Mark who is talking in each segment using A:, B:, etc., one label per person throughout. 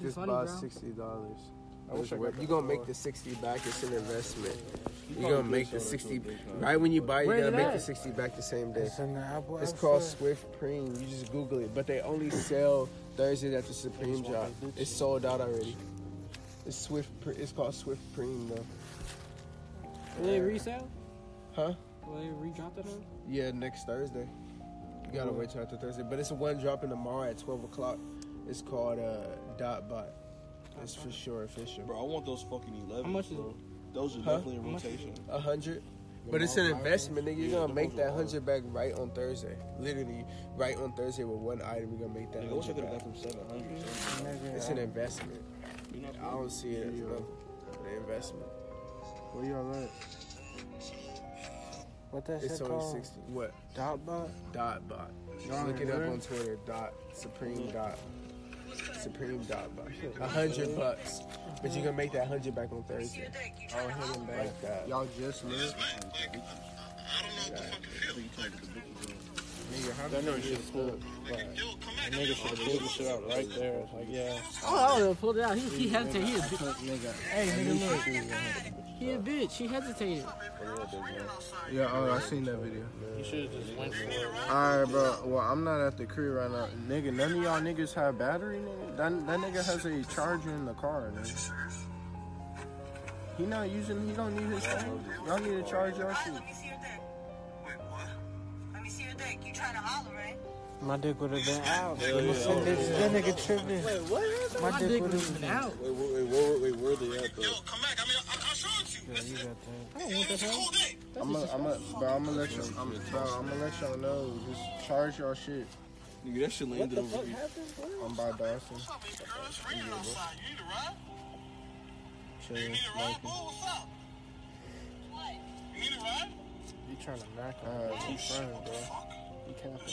A: just
B: funny,
A: buy
B: bro.
A: sixty dollars.
C: I wish I got
D: You
C: that
D: gonna
C: phone.
D: make the sixty back? It's an investment. You
C: probably
D: gonna
C: did
D: make
C: sell
D: the
C: it to a
D: sixty
C: big time.
D: right when you buy. You
B: Where's
D: gotta
B: it
D: make the
B: at?
D: sixty back the same day.
E: It's in the Apple.
D: It's
E: App
D: called
E: Store.
D: Swift Preen. You just Google it, but they only sell Thursdays at the Supreme job. It's sold out already. It's Swift. Pre- It's called Swift Preen though.
B: Will they resell?
D: Huh?
B: Will they redrop it on?
D: Yeah, next Thursday. You gotta wait till after Thursday, but it's a one dropping tomorrow at twelve o'clock. It's called uh, Dot Bot. It's for sure official.
C: Bro, I want those fucking 11.
B: How much is
C: bro.
B: it?
C: Those are
D: Huh?
C: definitely in
B: How much is
C: rotation.
D: A hundred. But it's an investment, nigga. You're
C: Yeah,
D: gonna
C: the
D: make
C: ones
D: that
C: are
D: hundred back right on Thursday. Literally, right on Thursday with one item, you're gonna make that
C: Nigga, I wish I
D: hundred
C: could have
D: back.
C: got them 700. son.
E: Nigga,
D: It's
E: I-
D: an investment.
C: You know,
D: I don't see it as no, an investment.
A: Where y'all at?
E: What that shit
D: It's only
E: called?
D: sixty. What?
E: Dot bot.
D: Dot bot. Just
A: Y'all
D: look
A: ain't
D: it up
A: ready?
D: on Twitter. Dot supreme dot supreme dot bot. A hundred bucks, but you can make that hundred back on Thursday.
F: Oh, hit him back.
D: Like that.
A: Y'all just live.
D: Nigga, how
C: That
D: do you
C: nigga
D: get
C: shit pulled.
D: fucked?
C: That nigga should have pulled the shit out right there. Like, yeah.
B: Oh, I would have pulled it out. He, he hesitated. He a, bi-
E: Hey, nigga, look.
B: he a bitch. He hesitated.
A: Yeah, oh, I seen that video.
C: You should have just went for it.
A: All right, bro. Well, I'm not at the crib right now, nigga. None of y'all niggas have battery, nigga. That, that nigga has a charger in the car, nigga. He not using. He don't need his phone. Y'all need to charge y'all
F: Alright,
A: shit.
F: let me see your dick. Wait, what? Let me see your dick. You trying to holler, right?
E: My dick would have been out.
C: Hell yeah.
E: That bitch- that nigga tripping.
B: Wait, what happened?
E: My
B: My,
E: dick
B: dick
E: would've
B: would have
E: been
B: been out.
C: Wait, wait, wait, where, wait, where they at, though?
G: come back. I mean, I, I'll show it to you.
E: Yeah, you got that. Oh,
B: I don't want that hell.
A: I'm gonna, I'm gonna, bro. I'm gonna let y'all. I'm, bro, I'm gonna let y'all know. Just charge y'all shit.
C: Nigga, that shit landed over here.
A: I'm by Dawson.
G: What's up, baby girl? It's raining outside. You need a ride?
E: Chill,
G: You need a ride,
E: like,
G: boo? What's up? What? You need a ride? Oh,
E: you trying to knock on
A: Uh,
E: uh, friend, bro. You capping.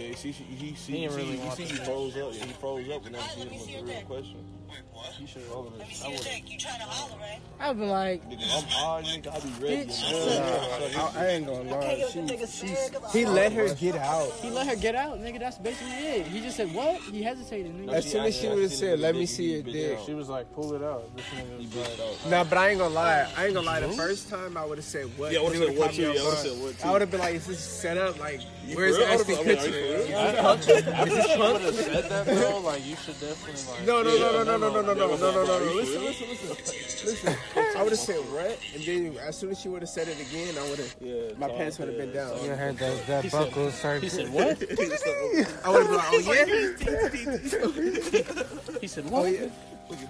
C: Yeah, you see, he, he, see,
E: He
C: he,
E: ain't really
C: see, he,
E: want
C: see,
E: that
C: he
E: shit.
C: froze up. Yeah, he froze up and
F: Alright,
C: then
F: let me
C: he
F: see
C: hit him with
F: your
C: the real
F: dick.
C: question.
G: Wait, what?
C: He should have over
F: Let me
C: this.
F: see
C: I
F: your
C: would
F: dick. You trying to holler, right?
B: I've been like,
C: Nigga, I'm high, nigga. I be ready.
B: Bitch,
C: man.
A: I, I ain't gonna lie.
F: Hey, yo,
A: She,
F: the nigga said, 'cause
D: He
F: I-
D: let her get out.
B: he let her get out, nigga. That's basically it. He just said, what? He hesitated, nigga.
D: As soon as she would have said, "Let me see your dick,"
C: She
E: She was like, pull it out. This
C: he
E: nigga.
C: bitched out.
D: Nah, but I ain't gonna lie. I ain't gonna lie. The first time I would have said what?
C: Yeah, I would've
D: It
C: said what,
D: would've caught
C: too.
D: me
C: Yeah, I would've
D: off
C: said
D: guard.
C: what, too.
D: I would have been like, is this set up? Like,
C: You
D: where's
C: for
D: the
C: real? I would've
D: actual
C: been like, are you
D: picture?
C: for real?
E: would have said that, bro. Like, you should definitely, like.
D: No, no, no, no, no,
C: Yeah,
D: no, no, no, no,
C: yeah,
D: no,
C: I'm
D: no, no,
C: like,
D: no.
C: you
D: Listen,
C: sure?
D: listen, listen, listen. I would have said what, and then as soon as she would have said it again, I would have.
C: Yeah,
D: my
C: talk,
D: pants would have been
C: yeah,
D: down.
E: You heard that, that buckle
B: He
E: circuit.
B: said, what?
D: I would have been like, oh yeah,
B: He said,
D: oh
B: what?
D: yeah.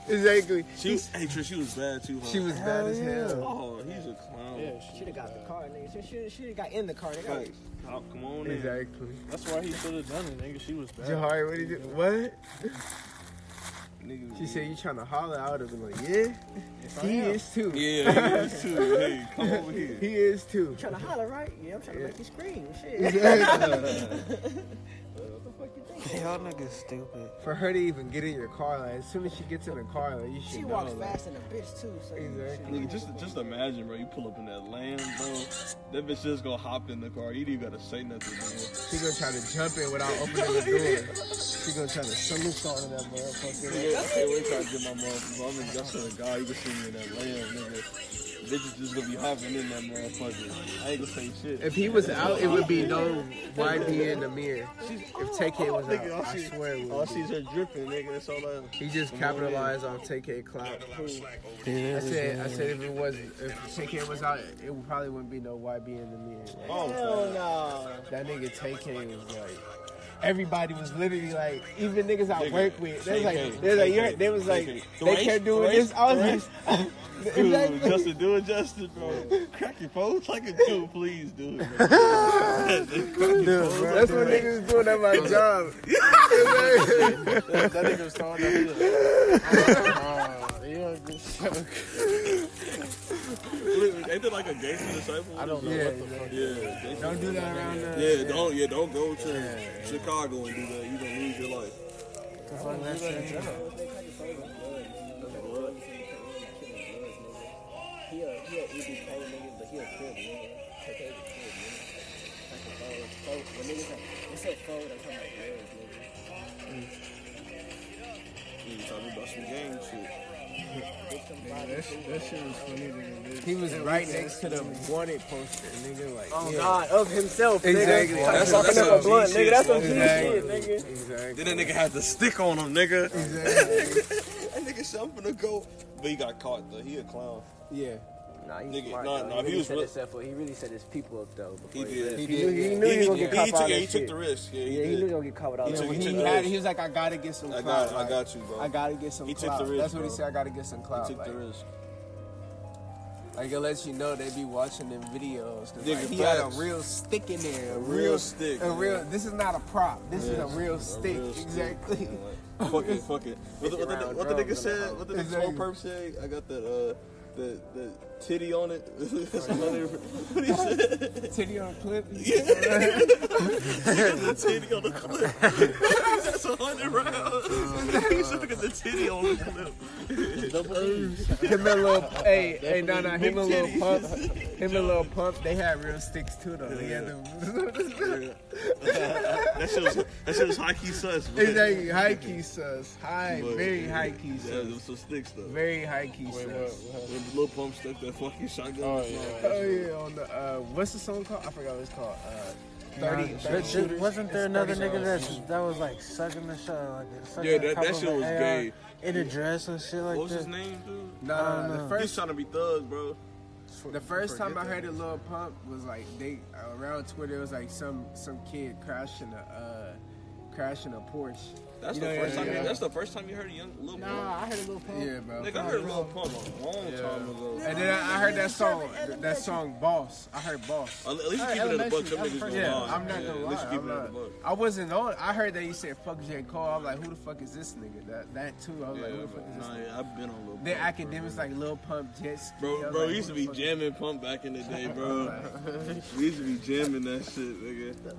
D: Exactly.
C: She was, hey, Trish, she was bad too. Huh?
D: She was bad as hell.
C: Oh, he's a clown.
B: Yeah, shit.
H: Should have got the car, nigga. Should should have got in the car. Nigga.
C: Like, Pop, come on in.
D: Exactly.
E: That's why he should have done it, nigga. She was bad.
D: Jahari, what do you do? What?
C: Nigga,
D: She said you trying to holler. I would have been like, yeah, he is too.
C: Yeah, you too. Hey, come over here.
D: He is too.
H: Trying to holler, right? Yeah, I'm trying to make you scream. Shit. what the fuck you think?
E: Y'all niggas stupid.
D: For her to even get in your car, like as soon as she gets in the car, like you should
H: She
D: know.
H: walks
D: like,
H: fast in a bitch too. So you
D: Exactly.
H: should-
C: Nigga, just just imagine, bro. You pull up in that lamb, bro. That bitch just gonna hop in the car. You didn't even gotta say nothing, man.
D: She gonna try to jump in without opening the door. She gonna try to somersault in that motherfucker.
C: Yeah, I can't wait till I get my motherfucker. I'm in just a guy. You can see me in that lamb, nigga. Bitches just gonna be hopping in that motherfucker. I ain't gonna say shit.
D: If he was out, it would be no YB in the mirror. If TK was out,
C: Nigga, all
D: I
C: she-
D: swear it
C: All
D: would.
C: I see is her dripping, nigga. That's all I.
D: He just capitalized off TK clout. I said, I said if it was, if TK was out, it would probably wouldn't be no YB in the mirror. Like,
C: Oh,
D: that nigga TK was like. Everybody was literally like, even niggas I
C: Nigga,
D: work with. They was like,
C: TK,
D: they was like,
C: TK,
D: you're, they was like,
C: TK.
D: they kept doing this. I was like,
C: Dude,
D: Exactly.
C: Justin, do it, Justin, bro. Crack your phones like a dude, please, dude. Crack your phones.
D: that's what niggas was doing at my job.
E: That nigga was throwing that. he was like, "Oh, you a good son."
C: Ain't that like a gangster disciple?
E: I don't know
D: Yeah,
E: what the fuck.
C: Yeah, gangster-
D: Don't do that around us.
C: Yeah, don't yeah, don't go to Chicago and do that. You gonna lose your life.
E: That's why that's in general.
H: He a he a EBK nigga, but he a crib nigga. Okay, the crib nigga. Like a fold, fold. When niggas like, what's up, fold? I'm talking about girls, nigga.
C: some gang shit.
E: That shit, that shit was funny than it is.
D: He was right next to the wanted poster, nigga. Like,
H: Oh
D: yeah.
H: God, of himself, nigga.
D: Exactly. That's-
H: That's talking
C: that's
H: up a
C: some
H: blunt,
C: G
H: nigga.
C: shit,
H: That's some G
C: son.
H: shit, nigga.
D: Exactly.
C: Then that nigga had the stick on him, nigga.
D: Exactly.
C: That nigga said, I'm finna go. But he got caught, though. He a clown.
D: Yeah.
H: Nah, he's
C: Nigga,
H: smart.
C: nah,
H: though.
C: nah,
H: he
C: if he
H: really
C: was
H: set
C: real-
H: his up. He really set his people up though.
C: He
H: Before he,
C: did.
H: left.
C: He,
D: He, knew, he
H: He
D: knew he was
C: took,
D: gonna get caught
C: he
D: for all
C: took,
D: that
C: yeah, he took
D: shit.
C: the risk. Yeah, he,
H: Yeah, he
C: did.
H: knew he gonna get caught with all
C: He
H: that.
C: took-
D: when
H: shit.
D: he,
C: the
D: had it,
C: risk.
D: he was like, I gotta get some
C: I
D: clout.
C: got, I
D: like,
C: got you, bro.
D: I gotta get some
C: He took
D: clout.
C: the risk,
D: That's what he
C: bro.
D: said. I gotta get some clout.
C: he took
D: like,
C: the risk.
D: like it lets you know they be watching them videos. 'cause,
C: Nigga,
D: like, he had a
C: facts.
D: real stick in there. A
C: real stick,
D: A
C: yeah.
D: real. This is not a prop. This
C: Yeah,
D: is a real stick.
C: real stick,
D: exactly.
C: Yeah, like, fuck it, fuck it. What the, what the, what the nigga said? What the nigga
D: Exactly.
C: Smoke Perp said? I got that, uh, the, the titty on it. That's another- what he said.
D: Titty on a clip.
C: the titty on the clip. That's a hundred
D: Oh,
C: rounds. He said, look at the titty on the clip.
D: Him and Lil Hey, hey, no, no, him and Lil
C: titties.
D: Pump, him and Lil Pump, they had real sticks too, though. They had them.
C: That shit was, that shit was high key sus, man.
D: exactly, high key sus, high,
C: But-
D: very high key
C: Yeah,
D: sus,
C: it was some sticks though.
D: very high key
E: Wait, what?
D: sus.
E: what happened?
C: When Lil Pump stuck that fucking shotgun.
E: Oh,
C: in his mouth.
E: yeah.
D: Oh yeah, on the uh, what's the song called? I forgot what it's called. Uh, 30, 30
B: But there-
D: shooters.
B: wasn't there another nigga
D: that's
B: that that was like sucking the shot, like sucking
C: Yeah,
B: the
C: that-
B: top
C: that
B: of
C: shit
B: an
C: was
B: AR
C: gay.
B: in a dress and shit like
C: What was
B: that.
C: his name, dude?
D: Nah,
B: I
D: nah,
B: don't
D: the
C: He was
D: first
C: trying to be thugs, bro.
D: the first time I heard of Lil Pump was like they uh, around Twitter. It was like some some kid crashing a uh, crashing a Porsche.
C: That's
D: Yeah,
C: the
D: yeah,
C: first time.
D: yeah.
C: You, that's the first time you heard a young Lil Pump.
B: Nah, I heard a little pump.
D: Yeah, bro.
C: Nigga, I heard Lil Pump a long time ago.
D: And then I, I heard that song, that song "Boss." I heard "Boss."
C: At least keep it in the buck. Them niggas gonna
D: Yeah,
C: lie.
D: I'm not gonna
C: at
D: lie.
C: least keep
D: I'm
C: it in the
D: not-
C: buck.
D: I wasn't on. I heard that you said "fuck J Cole." I'm like, who the fuck is this nigga? That that too. I was
C: Yeah,
D: like, who the
C: but
D: fuck is this?
C: nah,
D: nigga?
C: yeah, I've been on Lil Pump.
D: Then
C: bro.
D: academics like Lil Pump, Jet Ski. I
C: Bro,
D: was
C: bro,
D: like,
C: we
D: who
C: used to
D: the
C: be
D: fuck-
C: jamming pump back in the day, bro. we used to be jamming that shit, nigga.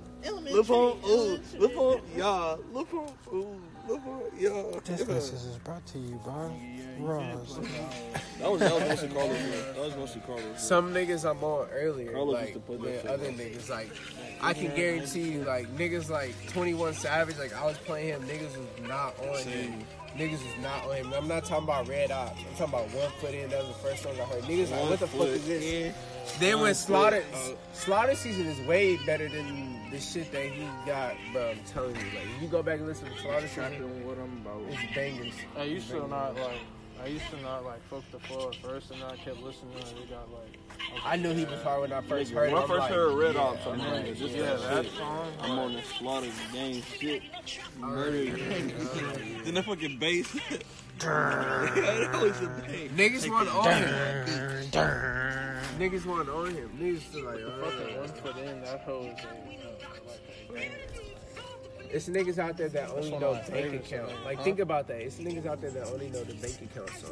C: Lil Pump, ooh, Lil Pump, y'all, Lil Pump, ooh, Lil Pump, y'all.
B: This message is brought to you by Ross.
C: That was that was mostly Carlos. man. That was mostly Carlos.
D: Some niggas I'm on earlier,
C: Carlos
D: like
C: used to put that
D: with
C: shit
D: other
C: on.
D: niggas, like I can guarantee you, like niggas like 21 Savage, like I was playing him, niggas was not on him.
C: Same.
D: Niggas was not on him. I'm not talking about Red Eye. I'm talking about One Foot In. That was the first song I heard. Niggas like,
C: One
D: what the fuck
C: Foot
D: is this? Then when
C: One
D: Slaughter,
C: Foot Out.
D: Slaughter season is way better than the shit that he got, bro. I'm telling you, like if you go back and listen to Slaughter season,
E: what I'm about.
D: it's bangers.
E: I used to not like. I used to not like fuck the flow at first, and I kept listening, and it got like.
D: I knew he was hard when I first heard.
C: When
D: him.
C: I
D: I'm
C: first
D: like,
C: heard Red
D: yeah,
C: Ops, I'm
D: I'm
C: like,
D: like,
C: this
E: Yeah,
C: is
E: that
C: shit.
E: song.
C: I'm on this slaughter gang shit. Murder. Then that fucking bass. that was the thing.
D: Niggas want on him. Niggas want on him. Niggas feel like,
E: Fucking
D: uh,
E: one foot in, that hoe is a, like
D: it's niggas out there that only
E: one
D: know
E: of my
D: bank
E: favorites,
D: account.
E: man.
D: Like, think about that. It's niggas out there that only know the bank account song.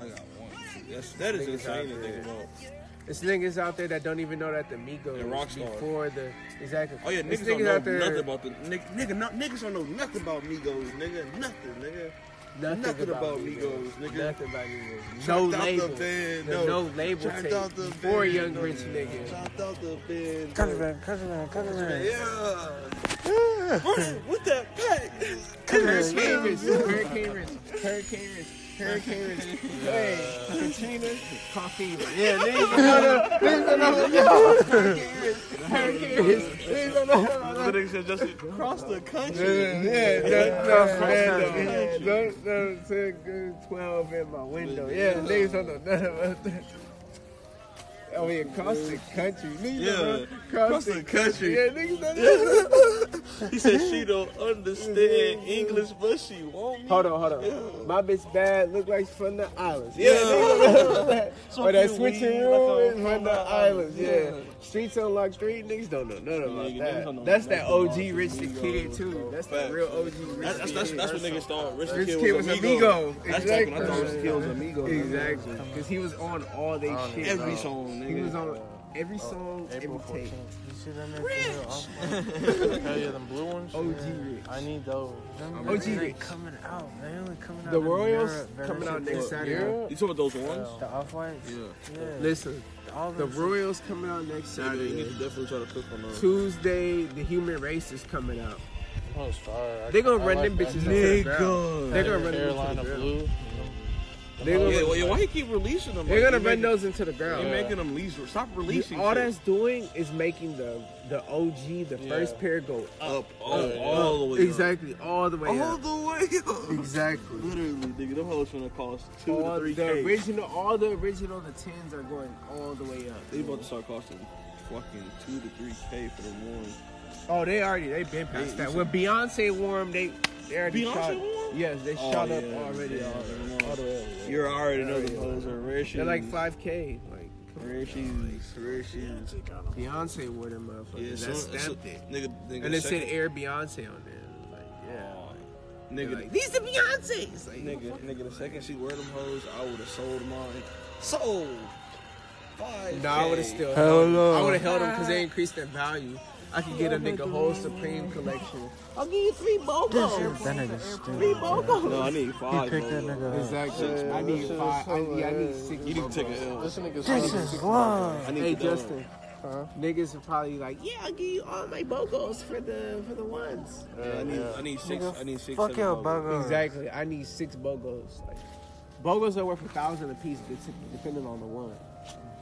C: I got one. That's, that is
D: Niggas
C: insane to
D: out
C: think
D: there.
C: about.
D: It's niggas out there that don't even know that the Migos
C: The Rockstar.
D: before the exactly.
C: Oh yeah,
D: It's
C: niggas, don't know nothing about the nigga. Nigga, not, niggas don't know nothing about Migos, nigga. Nothing, nigga. nothing about Migos, nigga.
D: Nothing about Migos. No
C: Trapped out
D: label.
C: the bed,
D: The
C: no.
D: no label
C: Trapped
D: tape
C: out the
D: before
C: bed,
D: Young
C: no.
D: Rich nigga.
C: Dropped out the bed.
B: Cousin
C: bro.
B: man, cousin man, cousin man.
C: Yeah. Running with that pack.
D: Hurricane Rich, Hurricane Rich, Hurricane Rich, Hurricane Rich. Hey, Katrina, coffee. Yeah, niggas don't know. Niggas don't know. Hurricane Rich, Niggas don't know.
C: The nigga said just across the country.
D: Yeah, no, no, man, no, no, no, no, good twelve in my window. Yeah, niggas don't know nothing about that. I mean, across the country, niggas
C: Yeah,
D: don't know-
C: across the country.
D: Yeah, niggas don't know.
C: He said she don't understand English, but she want me.
D: Hold on, hold on. My bitch bad. Look like she's from the islands.
C: Yeah.
D: niggas.
C: So
D: or that
C: cute,
D: switching
C: we
D: room
C: like a-
D: is from the islands. Yeah. Streets on Lock Street, niggas don't know nothing
C: Nigga, niggas
D: about
C: don't
D: that.
C: know
D: That's that
C: nothing about
D: OG
C: the
D: Rich the
C: Migos,
D: Kid too. That's the
C: Facts.
D: real OG Rich
C: That's,
D: the
C: that's, that's,
D: Kid.
C: that's when niggas thought Rich
D: Rich
C: Kid
D: Kid was Amigo.
C: That's back when I thought Rich
D: Exactly.
C: Kid was Amigo.
D: Exactly, because he was on all they shit.
C: Every
D: bro.
C: song, nigga.
D: He was on every
C: Oh,
D: song,
E: April
D: every
E: 14th.
D: tape.
B: You see them in the
E: fucking. Hell yeah, them blue ones.
D: OG
E: Yeah.
D: Rich.
E: I need those.
D: OG
B: OG they
D: Rich.
B: coming out. They only coming out.
D: The
B: in
D: Royals
B: Europe, man.
D: coming out next Saturday.
B: Europe?
C: You talking about those ones?
B: The off whites.
C: Yeah.
B: Yeah.
D: Listen,
B: All
D: the
B: them shit.
D: Royals coming out next
C: Nigga, you need
D: Saturday.
C: uh, to definitely try to click on those.
D: Tuesday, the Human Race is coming out.
E: gonna start.
D: They gonna run them bitches
E: Nigga.
C: Nigga.
D: They're gonna run them
E: Carolina blue.
D: They gonna,
C: Yeah, well, yeah, why he keep releasing them?
D: they're
C: Like,
D: gonna
C: he
D: run
C: making-
D: those into the
C: He
D: ground.
C: making them lease. Stop releasing.
D: All
C: shit.
D: that's doing is making the the OG, the first pair, go
C: up, all, all the way. up.
D: exactly all the way
C: All
D: up.
C: the way up.
D: Exactly.
C: Literally, nigga, them hoes finna cost two
D: All
C: to three
D: the
C: k.
D: original, all the original, the tens are going all the way up.
C: They about to start costing fucking two to three k for the ones.
D: Oh, they already they been past that. When Beyonce warm, they they already
C: Beyonce
D: shot.
C: wore 'em?
D: Yes, they
C: Oh,
D: shot up
C: yeah,
D: already.
C: yeah.
D: all the- all the way up.
C: You already know the hoes are rare shoes.
D: They're like five k. Like
C: rare shoes, rare shoes.
D: Beyonce wore them motherfuckers.
C: Yeah,
D: that
C: so, so,
D: stamped it.
C: nigga, nigga,
D: And it
C: second-
D: said Air Beyonce on there. Like yeah.
C: nigga,
D: Like, These are Beyonce's. Like,
C: Nigga, nigga, the second she wear them hoes, I would have sold mine. Sold. Five.
D: No, I would have
C: K.
D: still.
A: Hell
D: held 'em.
A: no.
D: I would have held them because they increased their value. I could get a nigga whole Supreme collection. I'll give you three bobos.
E: That nigga's
D: Three
E: stupid.
D: bobos.
C: No, I need five. hoes.
D: Exactly.
A: Yeah,
D: I need
A: that shit
D: five.
A: is
D: I
A: so
D: need, I need
A: bad.
D: six.
C: uh, You need to take a L.
A: This nigga's
E: This
A: fucking-
E: is love.
C: I need
D: Hey
C: to go.
D: Justin,
A: Huh?
D: niggas are probably like, yeah, I'll give you all my bogos for the for the ones.
C: Yeah, I need, I need six. I need six.
E: Fuck
C: seven
E: your
C: hoes.
E: burger.
D: Exactly. I need six bogos. Like, bogos are worth a thousand a piece, de- depending on the one.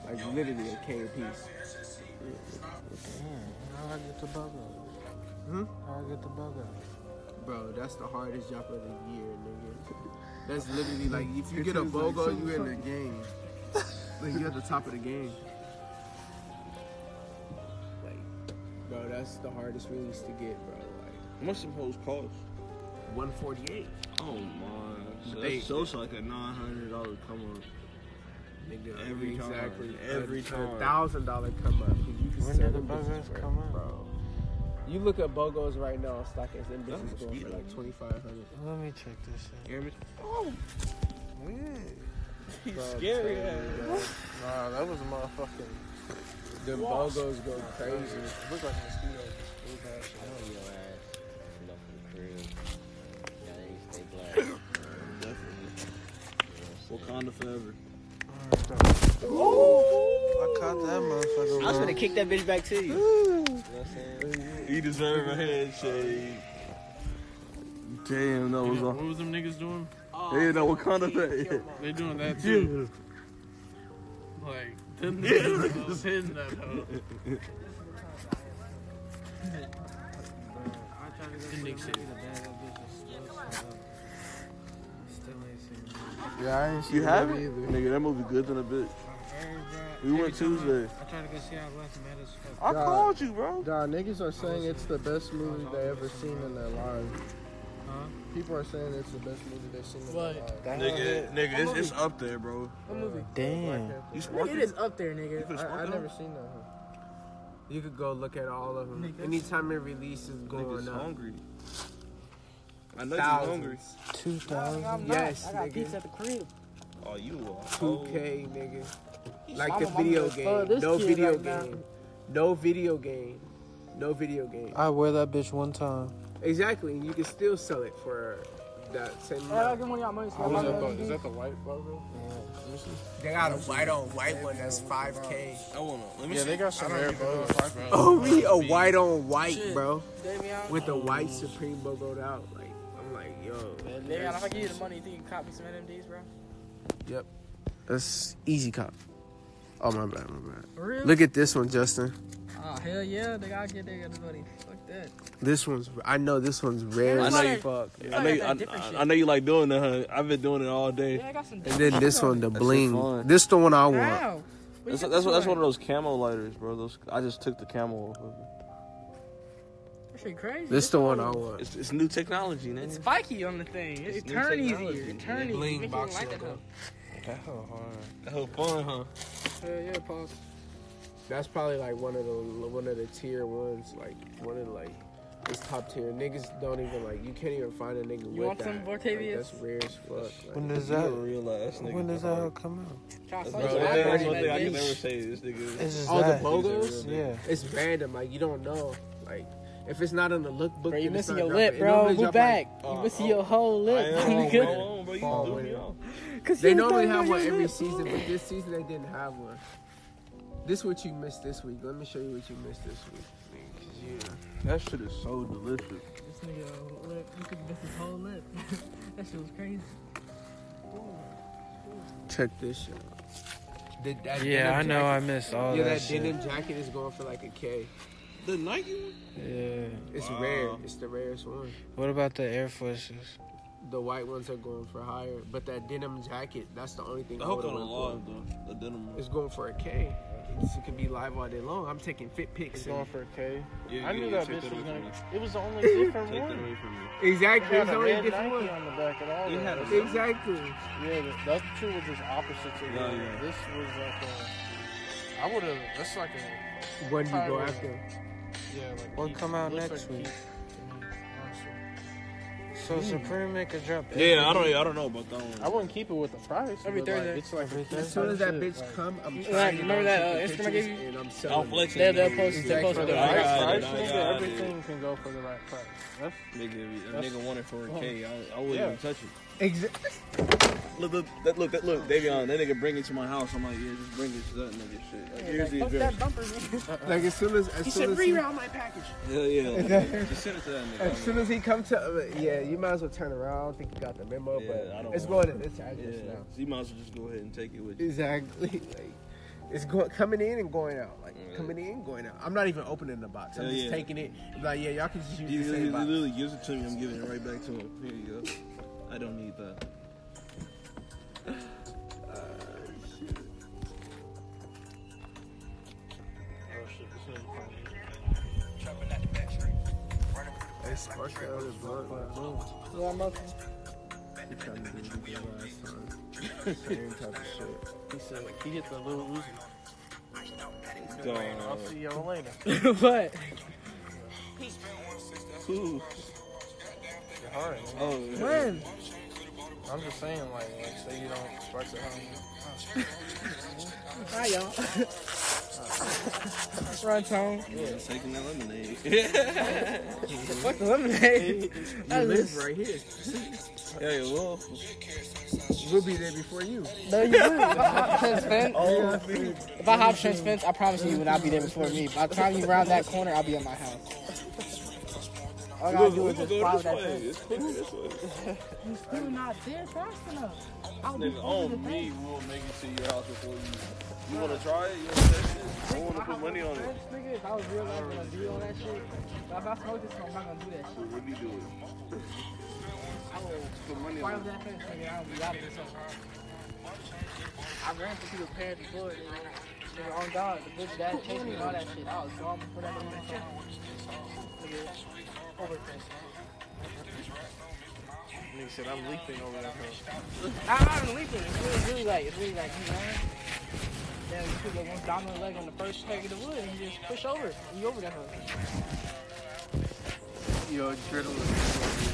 D: Like literally a k a piece.
E: How I get the burger?
D: Hmm?
E: How I get the burger?
D: Bro, that's the hardest job of the year, nigga. That's literally like if you get a bogo, you in the game. Like you're at the top of the game. Like, bro, that's the hardest release to get, bro. Like
C: How much some hoes cost?
D: 148.
C: Oh my. So
D: Eight.
C: that's so it's like a nine hundred dollar come up.
D: Nigga,
C: Every time.
D: exactly.
C: Every
D: a,
C: time.
D: thousand dollar come up. 'cause You can sell
E: When did the
D: them bitches
E: buggers
D: for-
E: come out?
D: Bro. You look at bogos right now on StockX, them
C: That
D: bitches
C: must
D: going
C: be
D: for like
C: old.
D: 2500
E: Let me check this shit.
D: You hear me?
C: He's
D: Bro,
C: scary.
D: tell
C: ass.
D: you,
E: Nah, that was a motherfucking.
D: bro, Them bogos go crazy.
E: Look like a mosquito. Look at that shit.
H: your ass. Get up in the crib. Yeah, they stay black.
C: Wakanda forever.
E: I caught that motherfucker.
D: I was
E: bro.
D: gonna kick that bitch back to you.
C: He deserve a head shade. Damn, that
E: You
C: was
E: know,
C: off.
E: What was them niggas doing?
C: Damn, that Wakanda thing.
E: They doing that too. Like, them niggas was hitting that hoe. Them niggas said,
A: Yeah, I ain't seen
C: You
A: that
C: have it?
A: either.
C: Nigga, that movie good than a bitch. We went Tuesday.
G: I tried to go see how West met us.
C: I
A: Nah.
C: called you, bro.
A: Nah, niggas are saying it's the best movie they ever seen in their lives.
G: Huh?
A: People are saying it's the best movie they've seen in their
B: What?
A: lives.
C: Nigga, nigga, it's, it's up there, bro.
E: damn.
C: You
A: Black
C: spark
A: Panther.
C: it?
B: up there,
C: You
B: nigga.
C: finna
A: I,
C: spark
A: I
C: it
A: never
C: up?
A: seen that.
D: You could go look at all of them. Anytime it releases, going
C: Niggas
D: up.
C: hungry. I know you
D: Thousands.
C: hungry.
E: Two thousand.
D: Yes, nigga.
B: at the crib.
C: Oh, you are.
D: 2K, nigga. Like
B: I'm
D: the
B: a- I'm
D: video
B: gonna thug
D: game.
B: this
D: No
B: kid
D: video
B: right now.
D: game. No video game. No video game.
E: I wear that bitch one time.
D: Exactly. and You can still sell it for that same amount.
B: one of y'all money.
A: What was that the, is that the white burger?
D: They got a white on white one that's 5K.
C: I wanna. Let me
A: Yeah,
C: see.
A: they got some rare burgers.
D: Only a white on white,
B: Shit.
D: bro.
B: Damn,
D: With the white Supreme logoed out. Like, I'm like, yo.
B: Damn, if I give you the money, you think you can cop me some NMDs, bro?
D: That's easy cop. Oh, my bad, my bad.
B: Really?
D: Look at this one, Justin.
B: Oh, hell yeah. They gotta get they got the money. Fuck that.
D: This one's, I know this one's rare
B: I
D: as
B: know you-
D: fuck.
C: I know, you, I, I- I know you like doing that. Huh? I've been doing it all day.
B: Yeah, I got some.
D: And then this one, the bling.
C: fun.
D: This the one I want.
B: Wow.
C: That's, that's, that's one of those camo lighters, bro. Those I just took the camo off of it.
B: That shit crazy.
D: This the one I want.
C: It's, it's new technology, man.
B: It's spiky on the thing. It,
C: It's new
B: turn
C: technology.
B: easier. It turn easier.
D: Bling
B: Make you
D: box
B: like that
D: logo.
E: That hoe hard.
C: That was fun, huh?
B: though. Hell yeah, pause.
D: That's probably like one of the one of the tier ones. Like one of the, like it's top tier. Niggas don't even like. You can't even find a nigga with
B: want
D: that.
B: some
D: Like,
B: Vortavius?
D: that's rare as fuck. Like,
E: When does
C: You
E: that?
C: don't realize that nigga
E: When does
C: hard.
E: that hoe come out?
B: Try to
C: That's
B: slice
C: bro,
B: your
C: that's
B: eyeball in
C: one thing
B: that
C: I can
B: bitch.
C: never say to this nigga.
E: It's just
D: all the
E: that.
D: bogos.
E: Yeah.
D: It's random. Like you don't know. Like if it's not in the lookbook,
B: Bro,
D: then
B: you
D: it's
B: missing
D: not
B: your
D: dropping.
B: lip,
D: It
B: bro.
D: normally
B: We
D: drop,
B: back.
D: like,
B: you
C: uh,
B: missing
C: oh.
B: your whole
C: I
B: lip,
C: am,
B: nigga.
C: bro. Hold on, bro. You
D: Fall
C: threw
D: with
C: me
D: it.
C: off.
D: they normally have one every season, but this season they didn't have one. This what you missed this week. Let me show you what you missed this week. 'Cause you-
C: That shit is so delicious.
I: nigga a lip. You could miss his whole lip. that shit was crazy.
A: Check this shit.
D: The, that
B: Yeah,
D: denim
B: I know. I
D: Jacket,
B: missed all
D: yeah,
B: that,
D: that,
B: shit.
D: denim jacket is going for like a K.
C: The Nike one?
B: Yeah.
D: It's
C: Wow.
D: rare. It's the rarest one.
B: What about the Air Forces?
D: The white ones are going for higher, but that denim jacket, that's the only thing.
C: The Hulk on
D: holding
C: the
D: it for.
C: log, though. The denim one.
D: It's going for a K. This could be live all day long. I'm taking fit pics.
E: It's
D: and-
E: going for a K.
C: Yeah,
E: I
C: yeah,
E: knew
C: yeah,
E: that
C: take
E: bitch
C: that
E: was
C: away from
E: gonna.
C: me.
E: It was the only different
C: Take that
E: one.
C: away from me.
D: Exactly.
E: It
D: It's
E: had a
D: only a
E: red
D: different one.
E: Nike on the back and all
C: It
E: that.
C: had a-
D: Exactly.
E: Yeah, the, the other two were just opposites of each
C: Yeah,
E: other.
C: yeah.
E: This was like a. I would have. That's like a.
D: What do you go
E: Alright.
D: after?
E: Yeah, like.
B: What
E: Keith-
B: come out
E: looks
B: next
E: like
B: week?
E: Keith to me, honestly.
B: So Supreme make a drop.
C: Yeah, I don't, I don't know about that one.
E: I wouldn't keep it with the price.
B: Every
E: but, like,
B: Thursday.
E: it's like a Keith
D: As soon as that
E: type shit,
D: bitch
E: like-
D: come, I'm
B: Like,
D: trying.
B: remember that, uh, Instagram I gave you?
D: And I'm selling.
C: I'm
D: it.
C: flexing.
B: They'll- they'll
C: dude.
B: post- they'll
D: Exactly.
B: post
E: For
B: the
E: the
C: I
E: right
B: price.
C: got
E: price,
C: it, I
E: nigga,
C: got it.
E: everything can go for the right price. That's
C: Nigga, a
E: That's-
C: nigga won it for a K. I, I wouldn't
E: Yeah.
C: even touch it.
D: Exa-
C: Look, look, that, look, that, look, Davion, that nigga bring it to my house. I'm like, yeah, just bring it to that nigga shit. Like, here's the address.
D: Like as soon as as soon as, he,
B: my package.
C: Hell yeah. Like, just send it to that nigga.
D: as soon as he come to, uh, yeah, you might as well turn around. I don't think you got the memo,
C: Yeah, I
D: but
C: don't
D: it's
C: want
D: going to this
C: yeah.
D: address now.
C: So you might as well just go ahead and take it with you.
D: Exactly. Like it's going coming in and going out. Like
C: Yeah.
D: coming in, going out. I'm not even opening the box. I'm
C: Hell
D: just
C: yeah.
D: taking it. Like yeah, y'all can just use the
C: He literally,
D: same
C: he
D: box.
C: literally gives it to me. I'm giving it right back to him. Here you go. I don't need that.
D: It's sparked out of the blunt, like, boom. He tried to do it the last time. Same type of shit.
E: he said he hit the little Uzi.
C: Dog.
E: I'll see y'all later.
B: what?
C: Who?
E: You're hard. man.
C: Oh,
B: When?
E: I'm just saying, like, like say you don't spark the home.
B: Hi y'all. Run tone.
C: yeah, taking that lemonade.
B: Fuck the lemonade.
D: You live right here.
C: Yeah, you will.
D: We'll be there before you.
B: No, you wouldn't. If I hop Trent's fence,
D: Oh,
B: if I hop Trent's fence, I promise you, you would not be there before me. By the time you round that corner, I'll be at my house. All I gotta do
C: we
B: is
C: can
B: just follow
C: go this
B: that
C: way.
B: fence.
C: It's quicker this way.
I: He's still not there fast enough. I'll be
C: Nigga,
I: over the
C: on me,
I: fence.
C: we'll make it to your house before you. You wanna try it? You wanna test it? I wanna put money on it.
I: Nigga, if I was real life, I'm gonna do all that shit. But if I smoke this, I'm not gonna do that shit.
C: What do you do?
I: I will fire up that fence, nigga. I'll be out of this hole. I ran to see the parents before, nigga. Nigga, on God, the bitch dad chased me and all that shit. I was gone before that moment. Nigga, over the fence.
E: Nigga said I'm leaping over that hill.
I: I'm not even leaping. It's really, really like, it's really like, you know. Then you put that one dominant leg on the first peg of the wood and you just push over. And you over that hook.
E: Yo, adrenaline.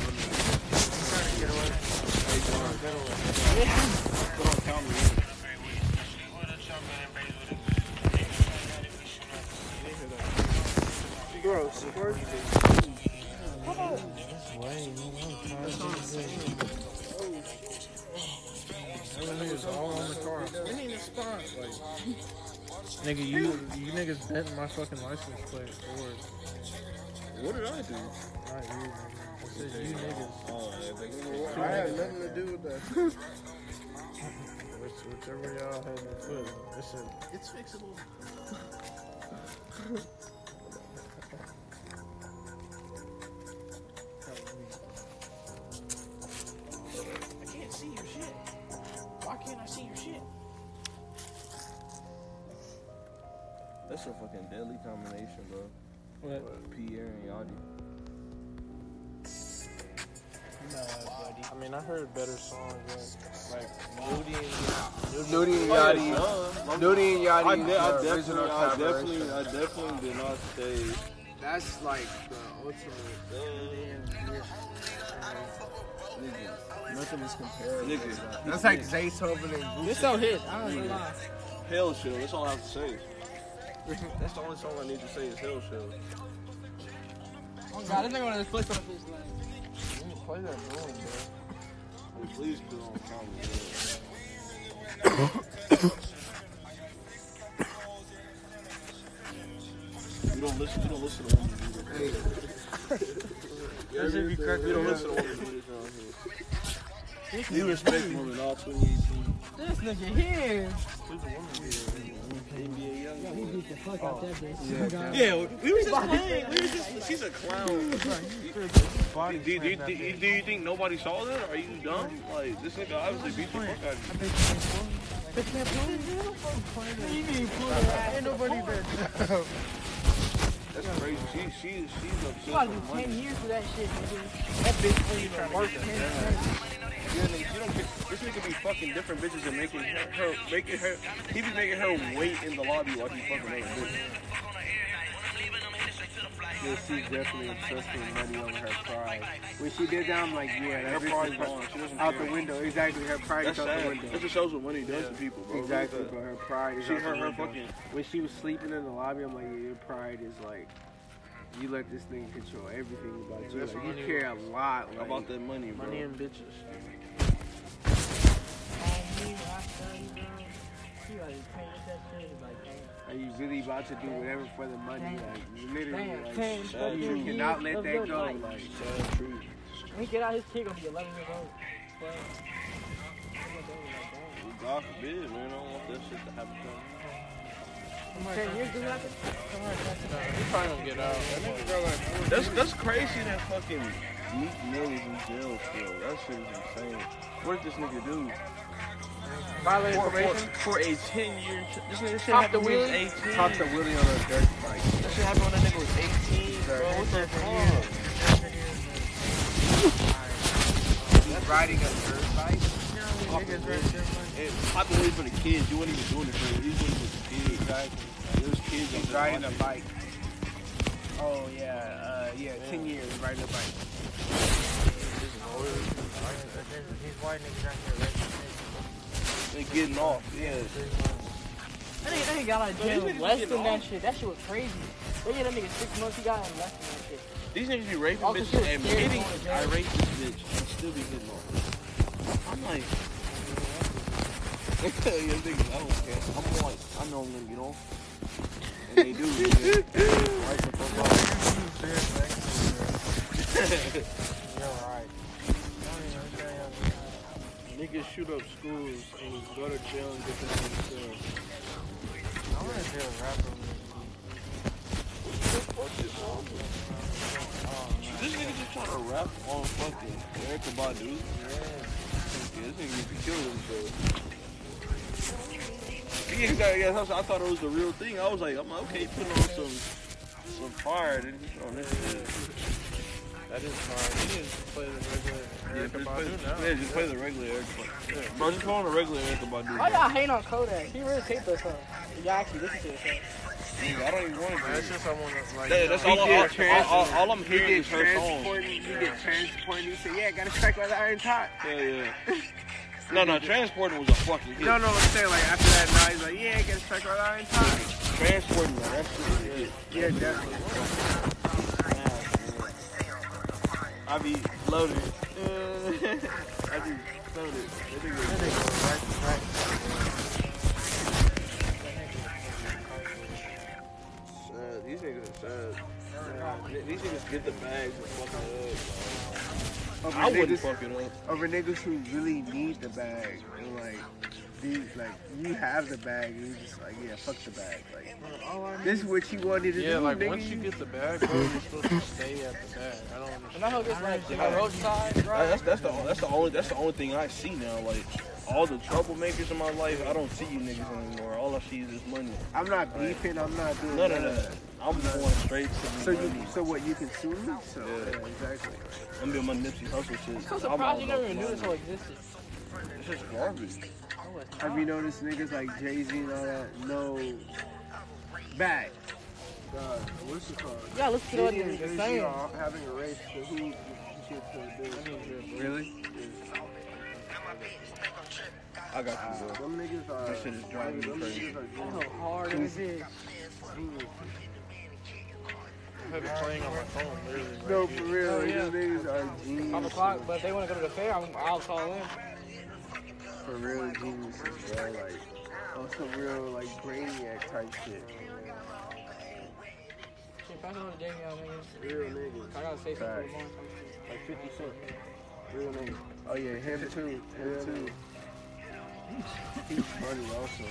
E: Niggas all on the car. Like, nigga, you you niggas bent my fucking license plate forward.
C: What did I do?
E: Not you, nigga. I said you niggas.
C: Oh, everything.
A: I had nothing to do with that.
E: Which, whichever y'all had in foot. It's a,
D: It's fixable.
I: I can't see your shit. Why can't I see your shit?
C: That's a fucking deadly combination, bro.
E: what?
C: Pierre and Yachty.
E: I mean, I heard better songs like, like Moody and
D: Nudie and Yachty. Nudie and
C: uh, I,
D: Yachty.
C: de- I,
D: the original
C: definitely, I
D: collaboration.
C: definitely, I definitely did not stay.
D: That's like the ultimate.
C: Nigga, nothing is comparable. Nigga,
D: That's like Zaytoven and Gucci.
B: This out here. I don't know.
C: hell shit. That's all I have to say. That's the only song I need to say is hell shit.
B: Oh God, this nigga wanna flick on this leg.
E: you need to play that room, bro.
C: Please put on comedy. bro. You don't listen. You don't listen to one.
D: Hey.
C: That should be correct. We don't listen to women do this around here. You respect women all 2018.
I: This nigga here.
C: Yeah, we- we was just playing. We was just, she's a clown. Do, do, do, do, do you think nobody saw that? Are you dumb? Like, this nigga obviously beat the fuck out of you.
I: Ain't nobody
C: That's crazy. She, she, she's
I: You
C: upset.
I: gotta
C: with
I: do
C: money.
I: 10 years for that shit. nigga. That bitch clean trying to work.
C: Yeah, nigga, you don't get, this nigga be fucking different bitches and making her, her making her he be making her wait in the lobby while he fucking other bitches.
D: Yeah, she's definitely obsessed with money over her pride. When she did that, I'm like, yeah,
C: Her
D: that
C: pride's
D: bitch is
C: gone. She doesn't
D: out
C: care.
D: the window. Exactly, her pride
C: That's
D: is out the
C: sad.
D: window.
C: That just shows what money does to people, bro.
D: Exactly,
C: Look at
D: but
C: that.
D: her pride is
C: She
D: out the
C: hurt her
D: window.
C: fucking.
D: When she was sleeping in the lobby, I'm like, yeah, your pride is like, you let this thing control everything about you.
C: That's
D: Like,
C: what
D: you
C: I
D: care a lot like,
C: About that money, bro.
D: money and bitches.
I: You gotta pay with that shit. Like,
D: Are you really about to do whatever for the money? Like, literally,
I: damn, damn,
D: like,
I: ten fucking
D: you
I: years
D: cannot let
I: of
D: that
I: your
D: go.
I: life.
D: Like,
C: Sad truth.
I: When he get out, his kid gonna be 11 years old. 12.
C: God forbid, man. I don't want that shit to happen. to
I: Ten years do nothing.
D: you probably gonna get out.
C: me. That's that's crazy that fucking Meek Mill is in jail still. That shit is insane. What did this nigga do?
I: Violate
C: For, for,
I: probation.
C: for a 10 year. t- This nigga
I: Pop
C: shit
I: the
C: happened when he
I: wheelie.
C: was 18.
D: Talk to Willie on a dirt bike.
C: That shit happened when that nigga was 18. Bro, what the fuck?
D: Riding a dirt bike.
C: It probably for the kids. You weren't even doing it for you. You doing it with the kids. Exactly. Those kids
D: He's
C: are
D: riding a bike. Oh yeah, uh, yeah, ten years riding a bike.
C: and getting off. Yeah.
I: That nigga, that nigga got out of
C: these
I: jail
C: niggas
I: less
C: get
I: than that
C: off.
I: shit. That shit was crazy. They gave that nigga six months. He got out in less than that shit.
C: These niggas be raping
I: Also, she was
C: bitches and
I: scared
C: hitting.
I: going to jail.
C: I raped this bitch and still be getting off. I'm like. yeah, niggas, I don't care. I'm like, I know I'm gonna get off. And they do. nigga. Right the fuck off. Niggas shoot up schools and go to jail and get them in the cell. This nigga just trying to rap on fucking Erica Badu. Yeah. This nigga be killing himself. Yeah, exactly. Yeah, that's- I thought it was the real thing. I was like, I'm like, okay, he putting on some some fire. Then he's on this shit.
D: That is hard. He just play the
C: Yeah,
D: regular Erica
C: just play,
D: Badu now.
C: yeah, just play the regular Erica. Badu. Yeah, bro, just call him the regular Erica Badu.
I: Why
C: bro.
I: y'all hate on Kodak? He really taped us, huh? Y'all actually listen to us, huh?
C: Nigga, I don't even want to.
D: That's just someone that's like.
C: That, that's all,
D: He
C: I,
D: get
C: all,
D: trans-
C: all, all I'm
D: he
C: hearing
D: get
C: is her song.
D: transported. You get transported. You say, yeah, gotta strike while the iron's hot.
C: Yeah, yeah. No, no, transporting was a fucking hit.
D: No, no, I'm saying like after that, now he's like, yeah, gotta strike while the iron's hot.
C: Transporting, man, that shit was a hit.
D: Yeah, definitely.
C: I be loaded. I be loaded. That nigga- Uh, These niggas are sad. Th- These niggas get the bags and fuck it up.
D: Over
C: I wouldn't
D: niggas-
C: fuck it up.
D: over niggas who really need the bag. And like, these, like you have the bag, and you just like, yeah, fuck the bag. Like, this is what you wanted to
H: Yeah,
D: do,
H: like
D: nigga.
H: once you get the bag, bro, you're supposed to stay at the bag. I don't
I: And
H: understand.
I: I hope it's like on the roadside,
C: That-
I: right?
C: That's that's the that's the only that's the only thing I see now. Like all the troublemakers in my life, I don't see you niggas anymore. All I see is this money.
D: I'm not beefing. I'm not doing
C: No, no,
D: none of
C: no.
D: that.
C: I'm just going straight to the
D: So you,
C: money.
D: so what you consume? So
C: Yeah.
D: yeah, exactly.
C: I'm being my Nipsey Hussle shit.
I: I'm so
C: I'm all
I: surprised you never
C: about
I: even knew this
C: money.
I: whole existed.
C: It's just garbage.
D: Have you noticed niggas like Jay Z and all that? No bag.
J: God, what's it called?
I: Yeah, listen to what
J: Diddy
I: niggas
J: and
I: are
J: Jay-Z
I: saying.
J: are having a race to who should play the
D: Really?
C: I got you, bro.
J: Them niggas are.
C: This shit is driving me
J: them
C: crazy.
J: niggas are
I: How hard it is.
H: I've been playing on my phone, literally. Right
D: No,
H: here.
D: for real.
I: Oh, yeah.
D: These niggas are
I: Five
D: geniuses.
I: o'clock, but if they want to go to the fair, I'm, I'll call in.
D: For real geniuses, bro. Like, also real like brainiac type shit.
I: Shit, shit. Pass it on to Davion, nigga.
C: Real niggas.
I: I gotta say something to
C: Facts.
I: LeBron. some
C: Like 50 Cent. Real niggas. Oh yeah, him too. Him too. He's funny also.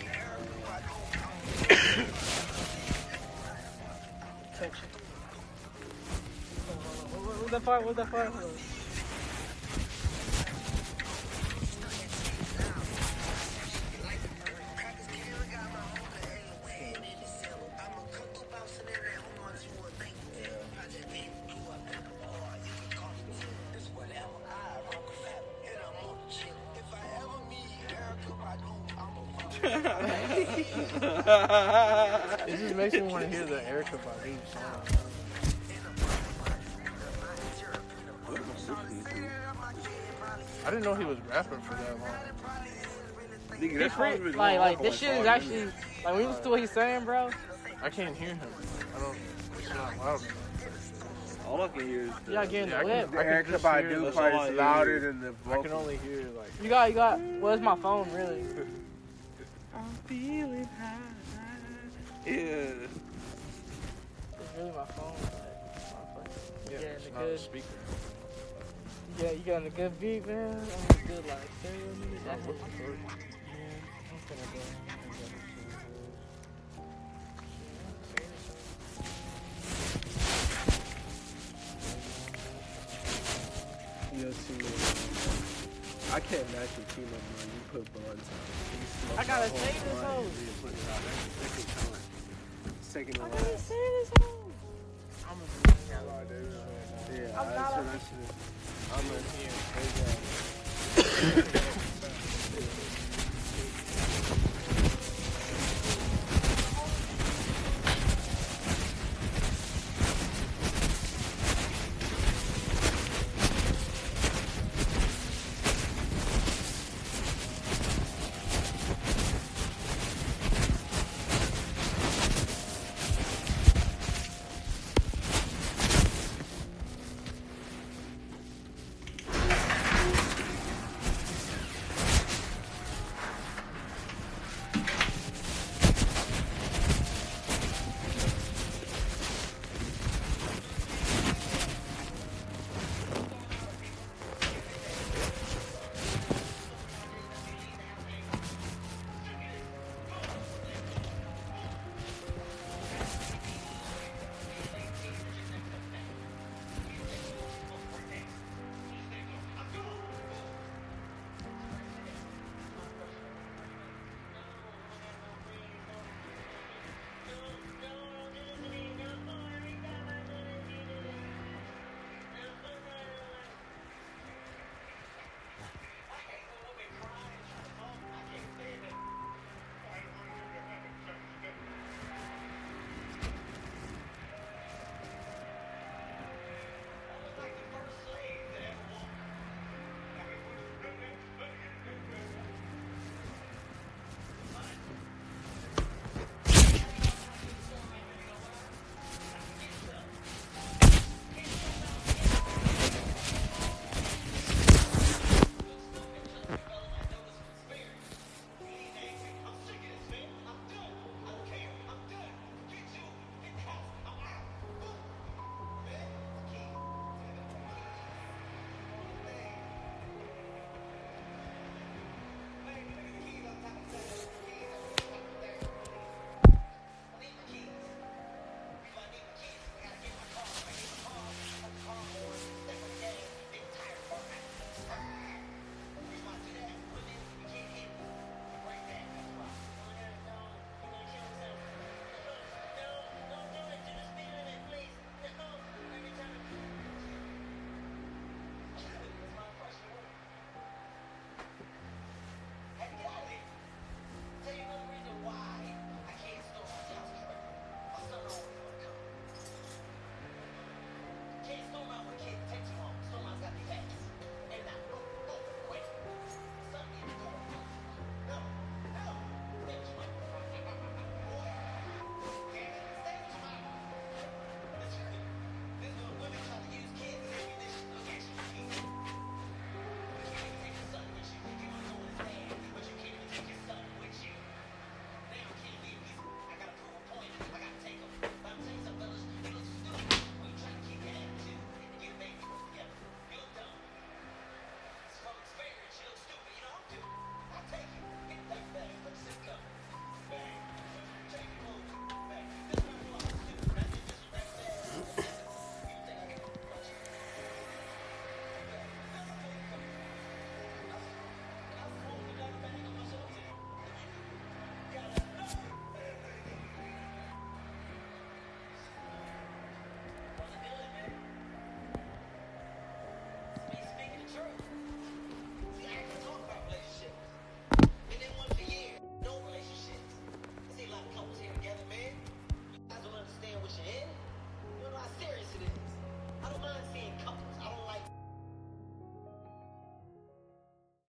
I: shit. Touch it. What- what- What's that fire? What's that fire?
D: It just makes me want to hear the Erica Badu song. I didn't know he was rapping for that long.
C: Nigga,
I: He
C: that song
I: free,
C: was
I: like, like
C: awful
I: this
C: as
I: shit is
C: fuck, isn't
I: actually like when you listen to what he's saying, bro.
D: I can't hear him. I don't. It's not loud. enough.
C: it? All I can hear is the,
I: Y'all getting
D: Yeah, I can-
I: the lip.
C: the
D: I can
C: Erica
D: just hear
C: Badu
D: the-
C: part
D: all I
C: is
D: hear
C: louder
D: is-
C: than the
D: I can
C: vocal.
D: only hear like.
I: You got, you got. Where's my phone, really?
K: Yeah.
I: It's really my phone. like,
D: Yeah,
I: Yeah,
D: it's
I: the
D: not a
I: good-
D: speaker.
I: Yeah, you got a good beat, man. I'm a good like stereo nigga. That's what I'm doing. I'm finna go. I'm gonna go to the woods.
C: Yo, Tina, I can't match with Tina, man. You put buns on.
I: I gotta say this hoe.
C: Second to
I: I
C: last.
I: gotta say this hoe. I'm a
C: Yeah,
I: I'm
C: I
I: not
C: saw
I: a-
C: that shit. I'm a